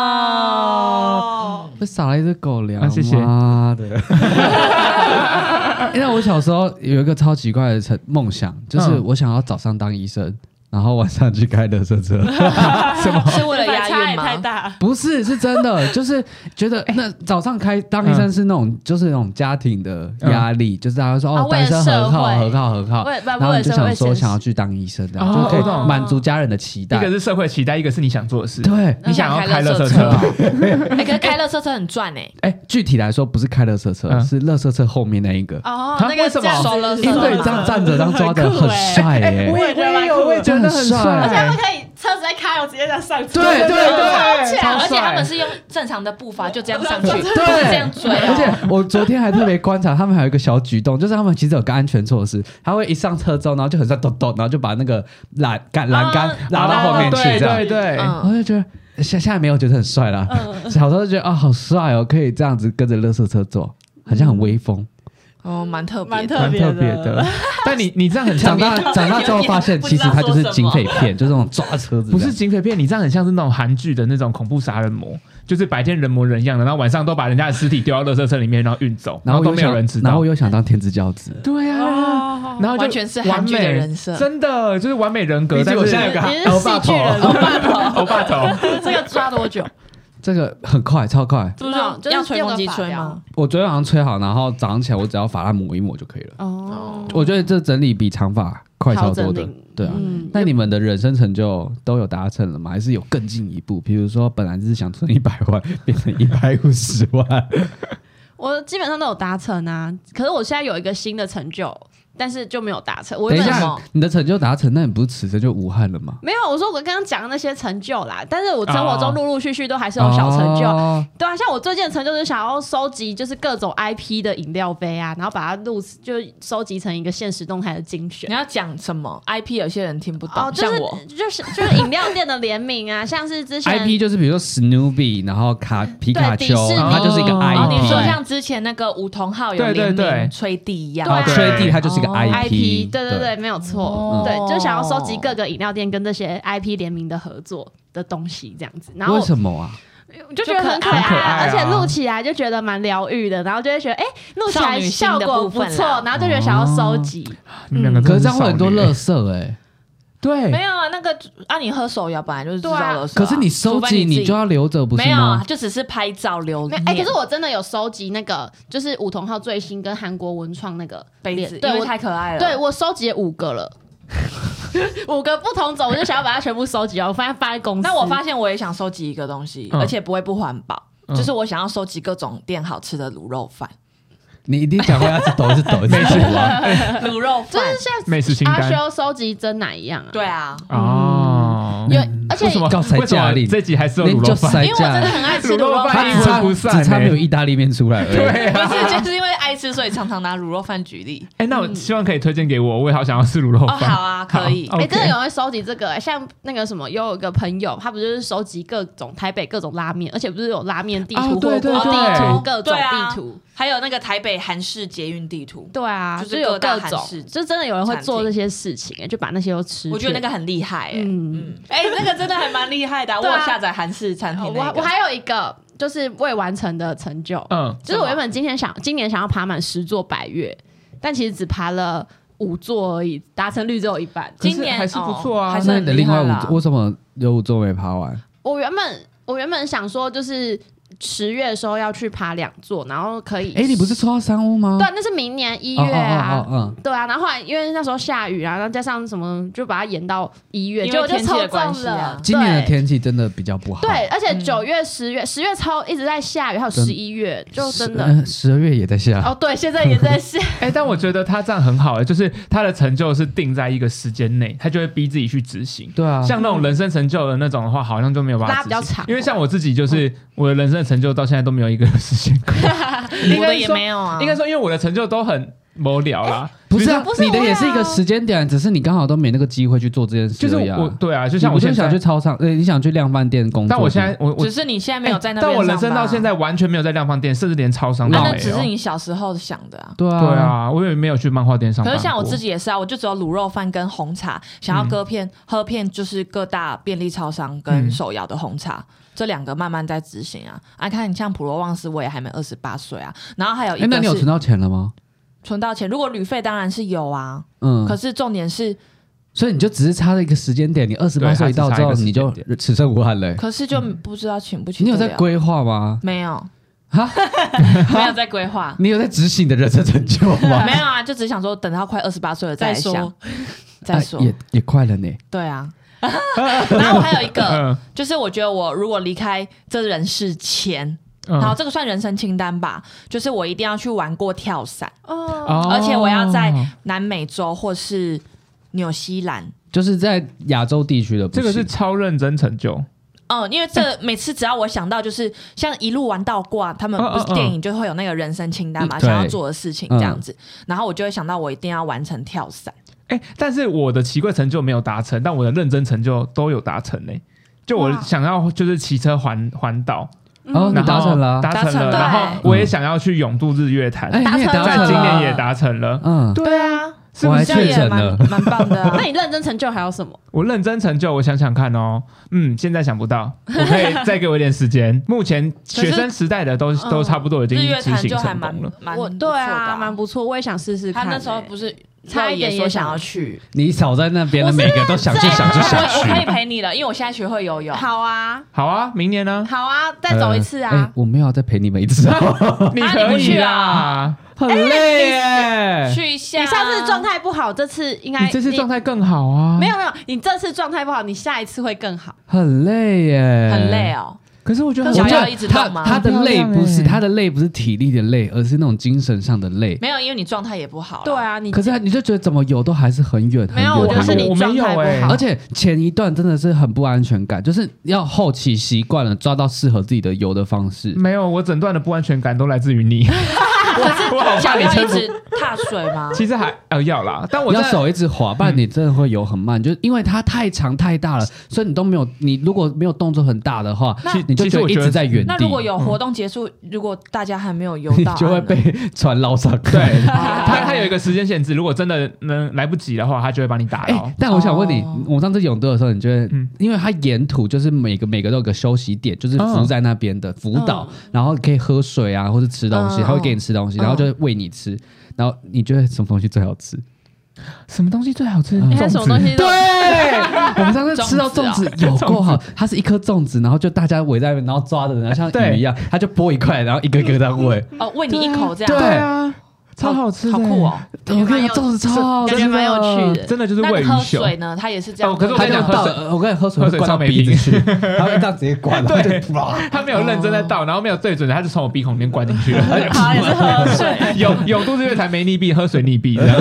靠！不少了一只狗粮、啊谢谢妈的！ 因为我小时候有一个超奇怪的成梦想，就是嗯我想要早上当医生，然后晚上去开垃圾车。什么？是为 了反差押也韵太吗？大了，不是，是真的，就是觉得哎那早上开当医生是那种，就是那种家庭的压力，就是大家会说啊哦，为当了医生很好，社会很好，很好。为不然后为你了就社会想说现实想要去当医生，这样哦就可我懂以满足家人的期一个待。是社会期待，一个是你想做的事。对，你想要开乐色车车哦？哎、可是开乐色车很赚哎、具体来说不是开垃圾车，嗯是垃圾车后面那一个。哦，啊那个为什么这样子收了是因吗为这样站着，这样抓的很帅耶、欸哎我也觉得蛮酷的我也觉得很帅，而而且他们可以车子在开，我直接这样上去，对对对超而且他们帅是用正常的步伐就这样上去，不是对，这样追、啊而且我昨天还特别观察，他们还有一个小举动，就是他们其实有个安全措施，他会一上车之后，然后就很像咚咚，然后就把那个栏杆栏杆拉到后面去，啊对这样。哎对对，嗯嗯我就觉得现现在没有觉得很帅啦，小时候就觉得啊、好帅哦，可以这样子跟着垃圾车走，很像很威风。哦，蛮特别蛮 的。特蛮别的特别的。但你嗯 你这样很像长大长大之后发现，其实他就是警匪片，就是那种抓车子这样。不是警匪片，你这样很像是那种韩剧的那种恐怖杀人魔，就是白天人模人样的，然后晚上都把人家的尸体丢到垃圾车里面，然后运走，然后都又没有想人知然后道我。又想当天之骄 子。对啊，然后哦就完全是韩剧的完美人设真的就是完美人格。毕但竟 是我现在有 个你是欧巴戏剧人头，头发头，这个抓多久？这个很快，超快。不知道就是要吹风机吹电个吗？我昨天晚上吹好，然后早上起来我只要把它抹一抹就可以了。哦，我觉得这整理比长发快超多好的整理，对啊。嗯，那你们的人生成就都有达成了吗？还是有更进一步？比如说，本来只是想存一百万，变 成一百五十万，我基本上都有达成啊，可是我现在有一个新的成就，但是就没有达成。我等一原本什下么，你的成就达成，那你不是此生就无憾了吗？没有，我说我刚刚讲的那些成就啦，但是我生活哦中陆陆续续都还是有小成就，哦对啊，像我最近的成就是想要收集，就是各种 IP 的饮料杯啊，然后把它录，就收集成一个现实动态的精选你。要讲什么？IP 有些人听不哦懂，，就像是我。就是就是饮料店的联名啊，像是之前 IP 就是比如说 Snoopy，然后卡皮卡丘迪士，尼它就是一个哦哦，你说 IP，像之前那个梧桐号有对对联对名吹地一样对，然啊后 t r a 嗯 d 它就是一个哦 IP，对对对对，没有错，哦对，就想要收集各个饮料店跟这些 IP 联名的合作的东西这样子，然后为我什么啊？我就觉得很可爱，很可爱啊而且录起来就觉得蛮疗愈的，然后就会觉得哎，录起少来女心效的果部不分错啦，然后就觉得想要收集，你们两个可真的是这是样会很多乐乐色哎。没对，有啊，那个啊，你喝手摇本来就是制对啊造的、可是你收除非集你自你己就要留着，不是没有啊吗？，就只是拍照留没念。哎、可是我真的有收集那个，就是梧桐号最新跟韩国文创那个杯子，脸因对为我太可爱了。对我收集了五个 了，五个不同种，我就想要把它全部收集完，我发现放在公司。那我发现我也想收集一个东西，嗯而且不会不环保。嗯就是我想要收集各种店好吃的卤肉饭，你一定讲过要是抖是抖，一直抖啊！ 卤肉就饭是，像美食清阿单修收集真奶一样啊，对 啊，哦。有而且为什么？高才为什么驾临这集还是有你卤就肉 饭？塞因为我真的架，很爱吃卤卤肉肉饭饭他一啊。文不只散差只差欸没有意大利面出来而已。对啊不是就是因为爱吃，所以常常拿卤肉饭举例。哎，那我希望可以推荐给我，我也好想要吃卤肉嗯哦，饭。好啊，可以。好哎、 OK 真的有人会收集这个、哎像那个什么，有一个朋友，他不就是收集各种台北各种拉面，而且不是有拉面地图、哦火锅对对地对图、各种对啊地图，还有那个台北韩式捷运地图，对啊，就是就有各大各韩种式，就真的有人会做餐厅这些事情、哎，就把那些都吃遍。我觉得那个很厉害、欸。嗯，嗯， 哎、那个真的还蛮厉害的啊、我对啊有下载韩式餐哦厅、那我个我还有一个就是未完成的成就，嗯，就是我原本今天想今年想要爬满十座百岳，但其实只爬了五座而已，达成率只有一半。可是今年还是不错啊哦还是那很你的另外厉害啦五座为什么有五座没爬完？我原本我原本想说就是十月的时候要去爬两座，然后可以。哎，你不是说到三屋吗？对，啊那是明年一一月啊。嗯，对啊，然后后来因为那时候下雨啊，然后加上什么，就把它延到一月，因为结果就天气抽的关中系啊了。嗯今年的对天气真的比较不好。对，而且九月、十月、十月超一直在下雨，还有真十一月，就真十的呃十二月也在下。哦，对，现在也在下。哎，但我觉得他这样很好，哎就是他的成就是定在一个时间内，他就会逼自己去执行。对嗯啊，像那种人生成就的那种的话，好像就没有办法拉比较执行长因为像我自己，就是我的人生的成就到现在都没有一个时间 过。应我该的也说没有啊，哦应该说，因为我的成就都很无聊啦，不是啊不，是你的我也也是一个啊时间点，只是你刚好都没那个机会去做这件事就是而已啊。我对啊，就就像我现想在去，超商，呃，你想去量贩店工作，但我现在我我哎只是你现在没有在那边、但我人生到现，在完全没有在量贩店，甚至连超商啊都浪那没只是有。你小时候想的啊。对啊，对，啊，我也没有去漫画店上班可过。是像我自己也是啊，我就只有卤肉饭跟红茶，想要割片、喝片，就是各大便利超商跟手摇的红茶、这两个慢慢在执行啊。啊，看你像普罗旺斯，我也还没二十八岁啊。然后还有一哎，那个你有存是到钱了吗？存到钱，如果旅费当然是有啊，嗯可，是重点是，所以你就只是差了一个时间点，你二十八对岁它一到只差之一后，个时你间就点此生无憾嘞。可是就不知道请不请你得有了。在规划吗？没有哈，，没有在规划 你有在执行你的人生成就吗？ 没有啊，就只想说等到快二十八岁了来再说想，再 哎说。也也快了呢。对 啊，然后我还有一个，嗯，就是我觉得我如果离开这人世前，嗯然后这个算人生清单吧，就是我一定要去玩过跳伞，哦，哦而且我要在南美洲或是纽西兰。就是在亚洲地区的不这行，个是超认真成就，嗯，因为这每次只要我想到，就是像一路玩到挂，他们嗯嗯不是嗯电影就会有那个人生清单嗯嘛，对想要做的事情这样子，然后我就会想到我一定要完成跳伞。哎、但是我的奇怪成就没有达成，但我的认真成就都有达成呢、就我哇想要就是骑车环环岛，嗯哦，你然后达成了，达成达了。成然后我也想要去永渡日月潭，哎，你也达达成了在成今年了，也达成了。嗯，对啊，是不我还是这样确也诊了蛮蛮棒 的啊 那。你认真成就还有什么？我认真成就，我想想看哦，嗯，现在想不到，我可以再给我一点时 间。目前学生时代的都嗯都差不多已经日月执潭行就还成蛮功了。蛮我不对错的啊，蛮不错，我也想试试他看欸。那时候不是差一点肉也说想想要去，你少在那边了，我是每个都想去想去我想我可以去。陪你了，因为我现在学会游泳。好啊，好啊，明年呢？好啊，再走一次呃哎啊！我没有要再陪你们一 次哦，你啊可你不以去啦啊，很累耶。去一下啊，你下次状态不好，这次应该你这次状态态更好啊。没有没有，你这次状态不好，你下一次会更好。很累耶，很累。哦。可是我觉得我可觉是得脚要一直他动吗他的累不很漂是亮耶他的累不是体力的累，而是那种精神上的累。没有，因为你状态也不好。对，啊，你可是你就觉得怎么游都还是很远，没有，很我远哎觉得是很远你我没状态有欸不好而。且前一段真的是很不安全感，就是要后期习惯了，抓到适合自己的游的方式。没有，我整段的不安全感都来自于你。我我好怕脚你要撑一不。直踏水 吗？其实还呃要啦，但我要真的手一直滑，不然你真的会游很慢，就是因为它太长太大了，所以你都没有，你如果没有动作很大的话那，你就其实觉我得一觉得直在原地那，如果有活动结束，如果大家还没有游 嗯你到岸就呢，会被船捞上来。 对哦他他有一个时间限制，如果真的能来不及的话，他就会把你打哎、扰。但我想问你，哦我上次泳队的时候，你觉得，嗯因为它沿途就是每个每个都有个休息点，就是嗯浮在那边的浮岛，然后可以喝水啊，或者吃东西，嗯他会给你吃东西，嗯然后就会喂你吃。然后你觉得什么东西最好吃？什么东西最好吃？你看什么东西都对，我们上次吃到粽子有够好，它是一颗粽子，然后就大家围在那边，然后抓着，然后像对鱼一样，它就剥一块，然后一个一个这样喂。哦喂你一口这对样，啊，超好吃的，好酷哦。我跟你讲，粽子超好吃，感觉蛮有趣的。真的就是那喂你鱼喝球。水呢？它也是这样哦喂，可是我他跟你就讲倒喝水，我跟你喝水喝会水灌到超没鼻子品去，他会这样直接灌，然后对就啪他没有认真在倒，然后没有对准，他就从我鼻孔里面灌进 去了。好也是 喝水。有有肚子月台没溺毙，喝水溺毙这样。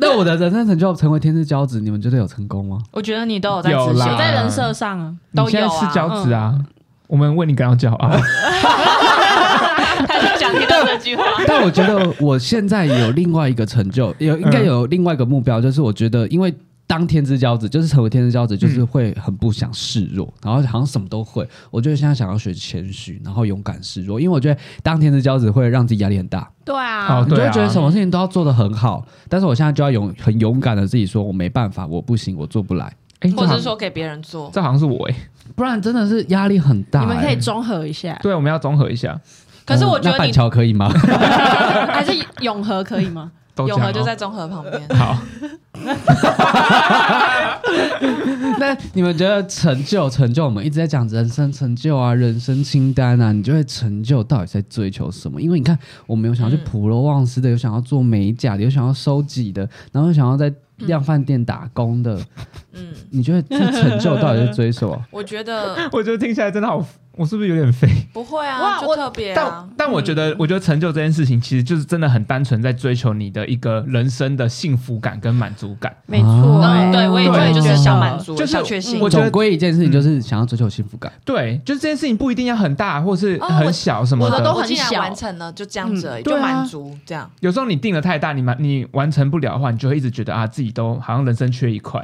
那我的人生成就成为天之骄子，你们觉得有成功吗？ 我觉得你 都有在有执啦我行，在人设上啊，都有啊嗯啊你现在是脚趾啊，我们为你感到骄傲。他就想听到这句 话。但我觉得我现在有另外一个成就，有应嗯该有另外一个目标，就是我觉得因为。当天之骄子，就是成为天之骄子，嗯就是会很不想示弱，然后好像什么都会。我觉得现在想要学谦虚，然后勇敢示弱，因为我觉得当天之骄子会让自己压力很大，对啊好，你就对会啊觉得什么事情都要做得很好。但是我现在就要勇很勇敢的自己说，我没办法，我不行，我做不来，哎，或这者好是说给别人做。这好像是我哎。不然真的是压力很大、你们可以欸嗯综合一 下，对，我们要综合一下。可是我觉那得板你桥可以吗？还是永和可以吗？都永讲和哦啊就在综合旁边，好。 那你们觉得成就成就，我们一直在讲人生成就啊、人生清单啊，你就会成就到底在追求什么？因为你看，我们有想要嗯去普罗旺斯的，有想要做美甲的，有想要收集的，然后有想要在量饭店打工的，嗯，？你觉得这成就到底在追啊什么我觉得我觉得听起来真的好，我是不是有点肥？不会哇啊，就我特别啊但。但我觉得，我觉得成就这件事情，其实就是真的很单纯，在追求你的一个人生的幸福感跟满足感。没错嗯，哎对，我也觉得就是小满足，就是嗯小确幸 我。觉得总归一件事情就是想要追求幸福感。对，就是这件事情不一定要很大或是哦很小什么我的。的都我很既然小完成了，就这样子而已，嗯就对啊满足这样。有时候你定的太大，你完你完成不了的话，你就会一直觉得啊，自己都好像人生缺一块。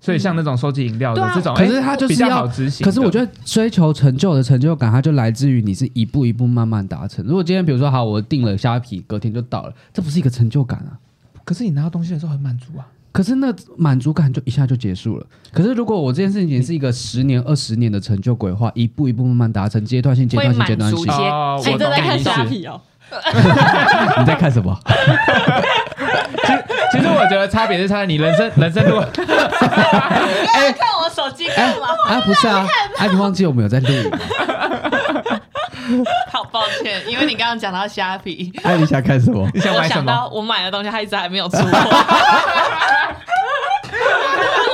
所以像那种收集饮料的对啊这种，可是哎它就是比较要好执行可的。是我觉得追求成就的成就感，它就来自于你是一步一步慢慢达成。如果今天比如说好，我订了虾皮，隔天就到了，这不是一个成就感啊。可是你拿到东西的时候很满足啊。可是那满足感就一下就结束了。可是如果我这件事情是一个十年、二十年的成就规划，一步一步慢慢达成，阶段性、阶段性、会阶段满足性结，哦，哎我你正在懂看你意思虾皮哦，你在看什 么？其实其实我觉得差别是差在你人生人生如 果看我手机哎、啊，不是啊，啊，你忘记我们有在录 影？好抱歉，因为你刚刚讲到虾皮，哎、你想看什 么 ？你想啊我买什想么？到我买的东西，它一直还没有出 货。 我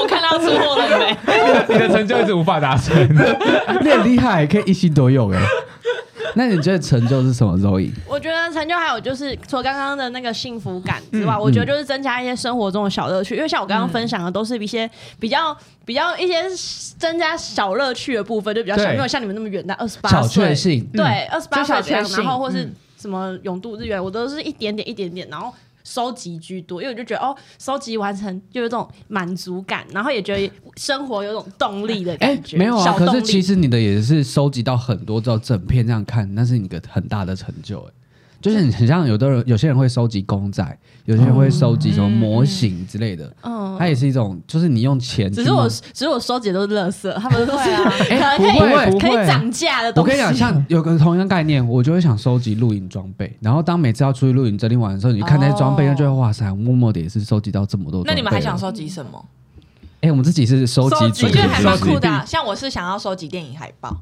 看到出货了没？你的成就一直无法达成。你很厉害，可以一心多用哎、那你觉得成就是什么？Zoe？我觉得成就还有就是，除了刚刚的那个幸福感之外，我觉得就是增加一些生活中的小乐趣。因为像我刚刚分享的，都是一些比较比较一些增加小乐趣的部分，就比较小，对没有像你们那么远大，二十八小岁确。幸。对，二十八就小岁这样确幸然后或是嗯什么永度日元，我都是一点点一点点，然后收集居多，因为我就觉得哦，收集完成就有这种满足感，然后也觉得生活有种动力的哎感、觉。没有啊，小可动是力。其实你的也是收集到很多照整片这样看，那是你的很大的成就、哎，就是你很像有的人，有些人会收集公仔，有些人会收集什么模型之类的，嗯，它也是一种，就是你用钱去只是我买。只是我收集的都是垃圾，他们都是 可哎能不可会以不可会以涨价的我东西。跟你讲，像有个同样概念，我就会想收集露营装备，然后当每次要出去露营整理完的时候，你就看那些装备，哦那就会哇塞，默默的也是收集到这么多。那你们还想？啊收集什么？哎、我们自己是收集收集组我的，觉得还蛮是不是酷的嗯啊、像我是想要收集电影海报，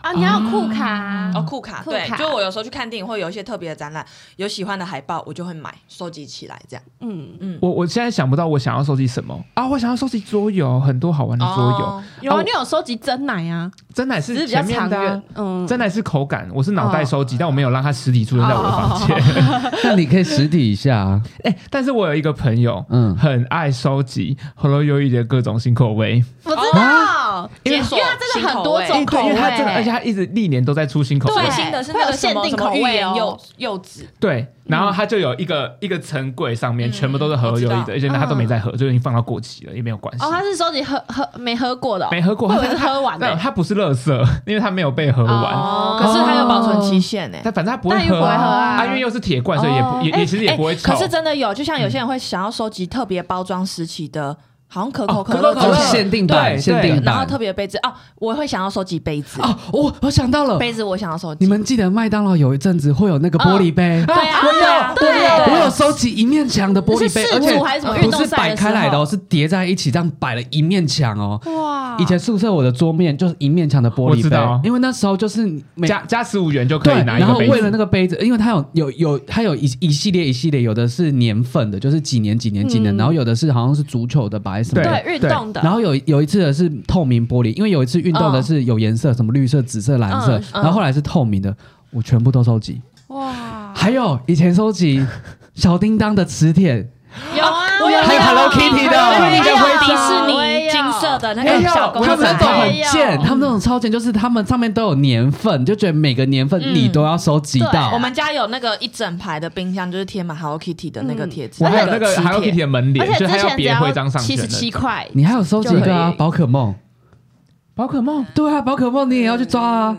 啊，你要有酷卡啊哦，酷卡，酷对卡，就我有时候去看电影，会有一些特别的展览，有喜欢的海报，我就会买收集起来，这样。嗯，我我现在想不到我想要收集什么啊！我想要收集桌游，很多好玩的桌游。哦有啊啊，你有收集真奶啊，真奶只是是比较前面长的啊远。。哦嗯，真奶是口感，我是脑袋收集，但我没有让它实体出现在我的哦房间。那你可以实体一下、啊，哎、 但是我有一个朋友，嗯嗯，很爱收集 Hello 优的各种新口味，我知道，因为哦因为它真的很多种因口对，因为他真的，而且味。他一直历年都在出新口味最对。新的是那会个有什么限定什么口味芋圆哦柚柚子，对，然后他就有一个、一个层柜上面全部都是和优我一知的，道而且他都没在喝，就已经放到过期了，也没有关系。哦，他是收集喝喝没喝过的哦，没喝过，我以他为是喝完 那的。它不是垃圾，因为它没有被喝完，哦可是它有保存期限欸呢、但反正它不会但又喝不会喝啊因为又是铁罐，所以也不、哦也也其实也不会哎臭。可是真的有，就像有些嗯人会想要收集特别包装时期的，好像可口哦可乐口之可乐哦类的、限定版对限定对版然后特别杯子哦，我会想要收集杯子，哦，我我想到了，杯子我想要收集。你们记得麦当劳有一阵子会有那个玻嗯璃杯？对啊，对啊，对啊我有收集一面墙的玻璃杯，是世而且足还是什么运不动是赛的摆开来的、哦，是叠在一起这样摆了一面墙哦。哇以前宿舍我的桌面就是一面墙的玻我璃知杯道，因为那时候就是每加加十五元就可对，以拿一然个后杯子。为了那个杯子，因为它有有有它有一一系列一系列，有的是年份的，就是几年几年几年，嗯然后有的是好像是足球的吧，还是什么的。对运动的，然后有有一次的是透明玻璃，因为有一次运动的是有颜色，什么绿色、紫色、蓝色然嗯，后后来是透明的，我全部都收集。哇，还有以前收集小叮当的磁铁，有啊，我还有 Hello Kitty 的我也有你的徽我也有章哎迪士我也尼有金色哦的那哎个呦小公他仔，们那种哎很呦贱，他们那种超贱，就是他们上面都有年份，就觉得每个年份嗯你都要收集对到我。们家有那个一整排的冰箱，就是贴满 Hello Kitty 的那个贴纸，嗯我还有那个磁 Hello 铁 Kitty 的门而帘，且就它之要前只别徽章上七去十的七块，你还有收集一个啊就可以宝可梦，宝可梦，对啊，宝可梦你也要去抓啊，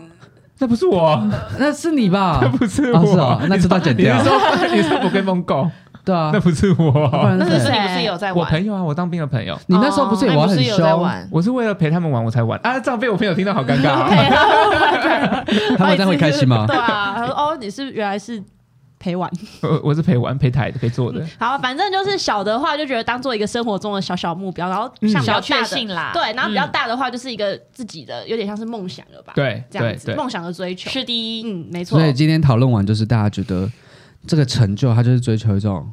那不是我，那是你吧？ 那不是哦是我哦，那知道剪你掉是说 你说宝可梦 Go，对啊那，不是不我，然那是可是谁你不是有在我玩？朋友啊，我当兵的朋友，你那时候不是也哦玩那很你不是有在凶，玩？我是为了陪他们玩我才玩啊，这样被我朋友听到好尴尬啊。他们这样会开心吗？哦对啊，他说哦，你是原来是陪玩。 我我是陪玩陪台的陪做的，好，反正就是小的话，就觉得当做一个生活中的小小目标，然后嗯像比较小大确的，幸啦，对，然后比较嗯大的话，就是一个自己的，有点像是梦想了吧？，对这对样子对，梦想的追求。是的，嗯，没错所。以今天讨论完，就是大家觉得这个成就，它就是追求一种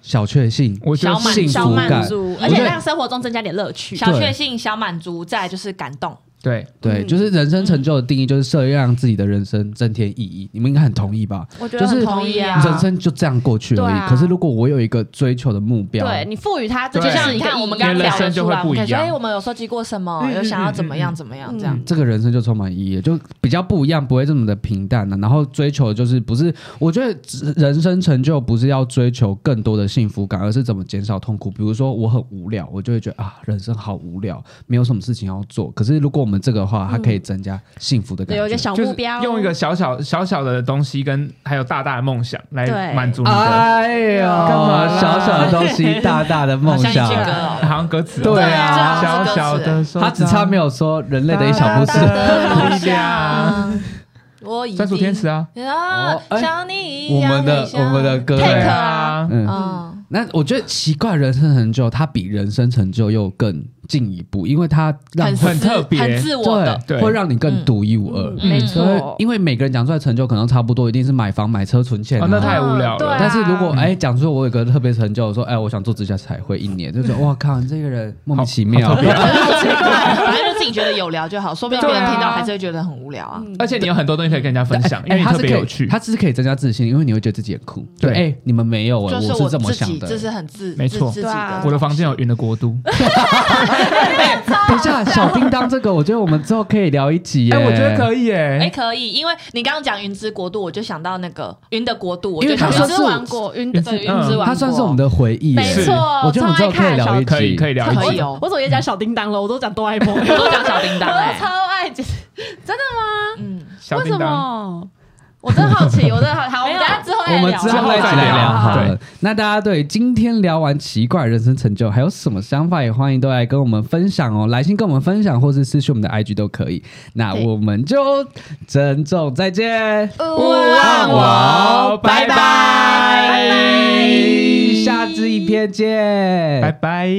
小确幸，我觉得小满幸小福满感。足，我而觉且得让生活中增加点乐趣。小对确幸、小满足，再来就是感动。对，对，嗯就是人生成就的定义，就是设让自己的人生增添意义。你们应该很同意吧？我觉就得是很同意嗯啊啊。人生就这样过去而对已。啊可是如果我有一个追求的目标，对你赋予它，这对就像你你看，看我我们们刚刚刚刚人聊生得就出会来，我不们一可以说，样嗯哎，我们有收集过什么，有想要怎么样怎么样这样。嗯这个人生就充满意义，就比较不一样，不会这么的平淡啊了、然后追求的就是不是，我觉得只人生成就不是要追求更多的幸福感，而是怎么减少痛苦。比如说我很无聊，我就会觉得啊，人生好无聊，没有什么事情要做。可是如果我们这个的话，它可以增加幸福的感对觉。有一个小就目是标，用一个小小小小的东西跟还有大大的梦想来对满足你的，哎呦，嗯干嘛啦小小的东西，大大的梦好像一想句。歌 哦，好像歌词哦对啊这好小像是歌词小的手掌，他只差没有说人类的一小步哒是。哒哒哒好力量，像我已啊嗯专属天使啊，经啊哦，哎像你一我样们的我们的歌，配对合嗯啊啊，嗯，那我觉得奇怪，人生成就它比人生成就又更进一步，因为它让很会很私特别很自我的。对对会让你更独一无二。嗯嗯没错所以因为每个人讲出来成就可能差不多，一定是买房、买车、存钱、啊。哦，那太无聊对啊了。但是如果哎讲出我有个特别成就，说哎我想做指甲彩绘一年，就觉得哇靠，你这个人莫名其妙好。特别反正就自己觉得有聊就好，说不定别人对啊听到还是会觉得很无聊啊。而且你有很多东西可以跟人家分享，因哎为你它特是可别以有趣。它只是可以增加自信，因为你会觉得自己很酷。就对哎你们没有哎，就是是这么自想己，的。这是很自没错自自己对啊的。我的房间有云的国度，哎等一下，小叮当这个，我觉得我们之后可以聊一集耶。哎，我觉得可以哎，耶。可以，因为你刚刚讲云之国度，我就想到那个云的国度，我因为就它想算是到之王国，云云的之对云之王国，嗯它算是我们的回忆耶。没是错，我觉得我们之超后爱可以看聊小一集，嗯可以可以聊一可集以，哦，我怎么也讲小叮当了？我都讲哆啦 A 梦，我都讲小叮当我哎，超爱，真的吗？嗯，小为叮什当，么？我真的好奇，我真的好好，我们等一下之后再我聊。们之后再一起来聊好对了。那大家对今天聊完奇怪人生成就还有什么想法，也欢迎都来跟我们分享哦，来信跟我们分享，或是私讯我们的 IG 都可以。那我们就珍重再见，啊勿忘我拜拜下支影片见，拜拜。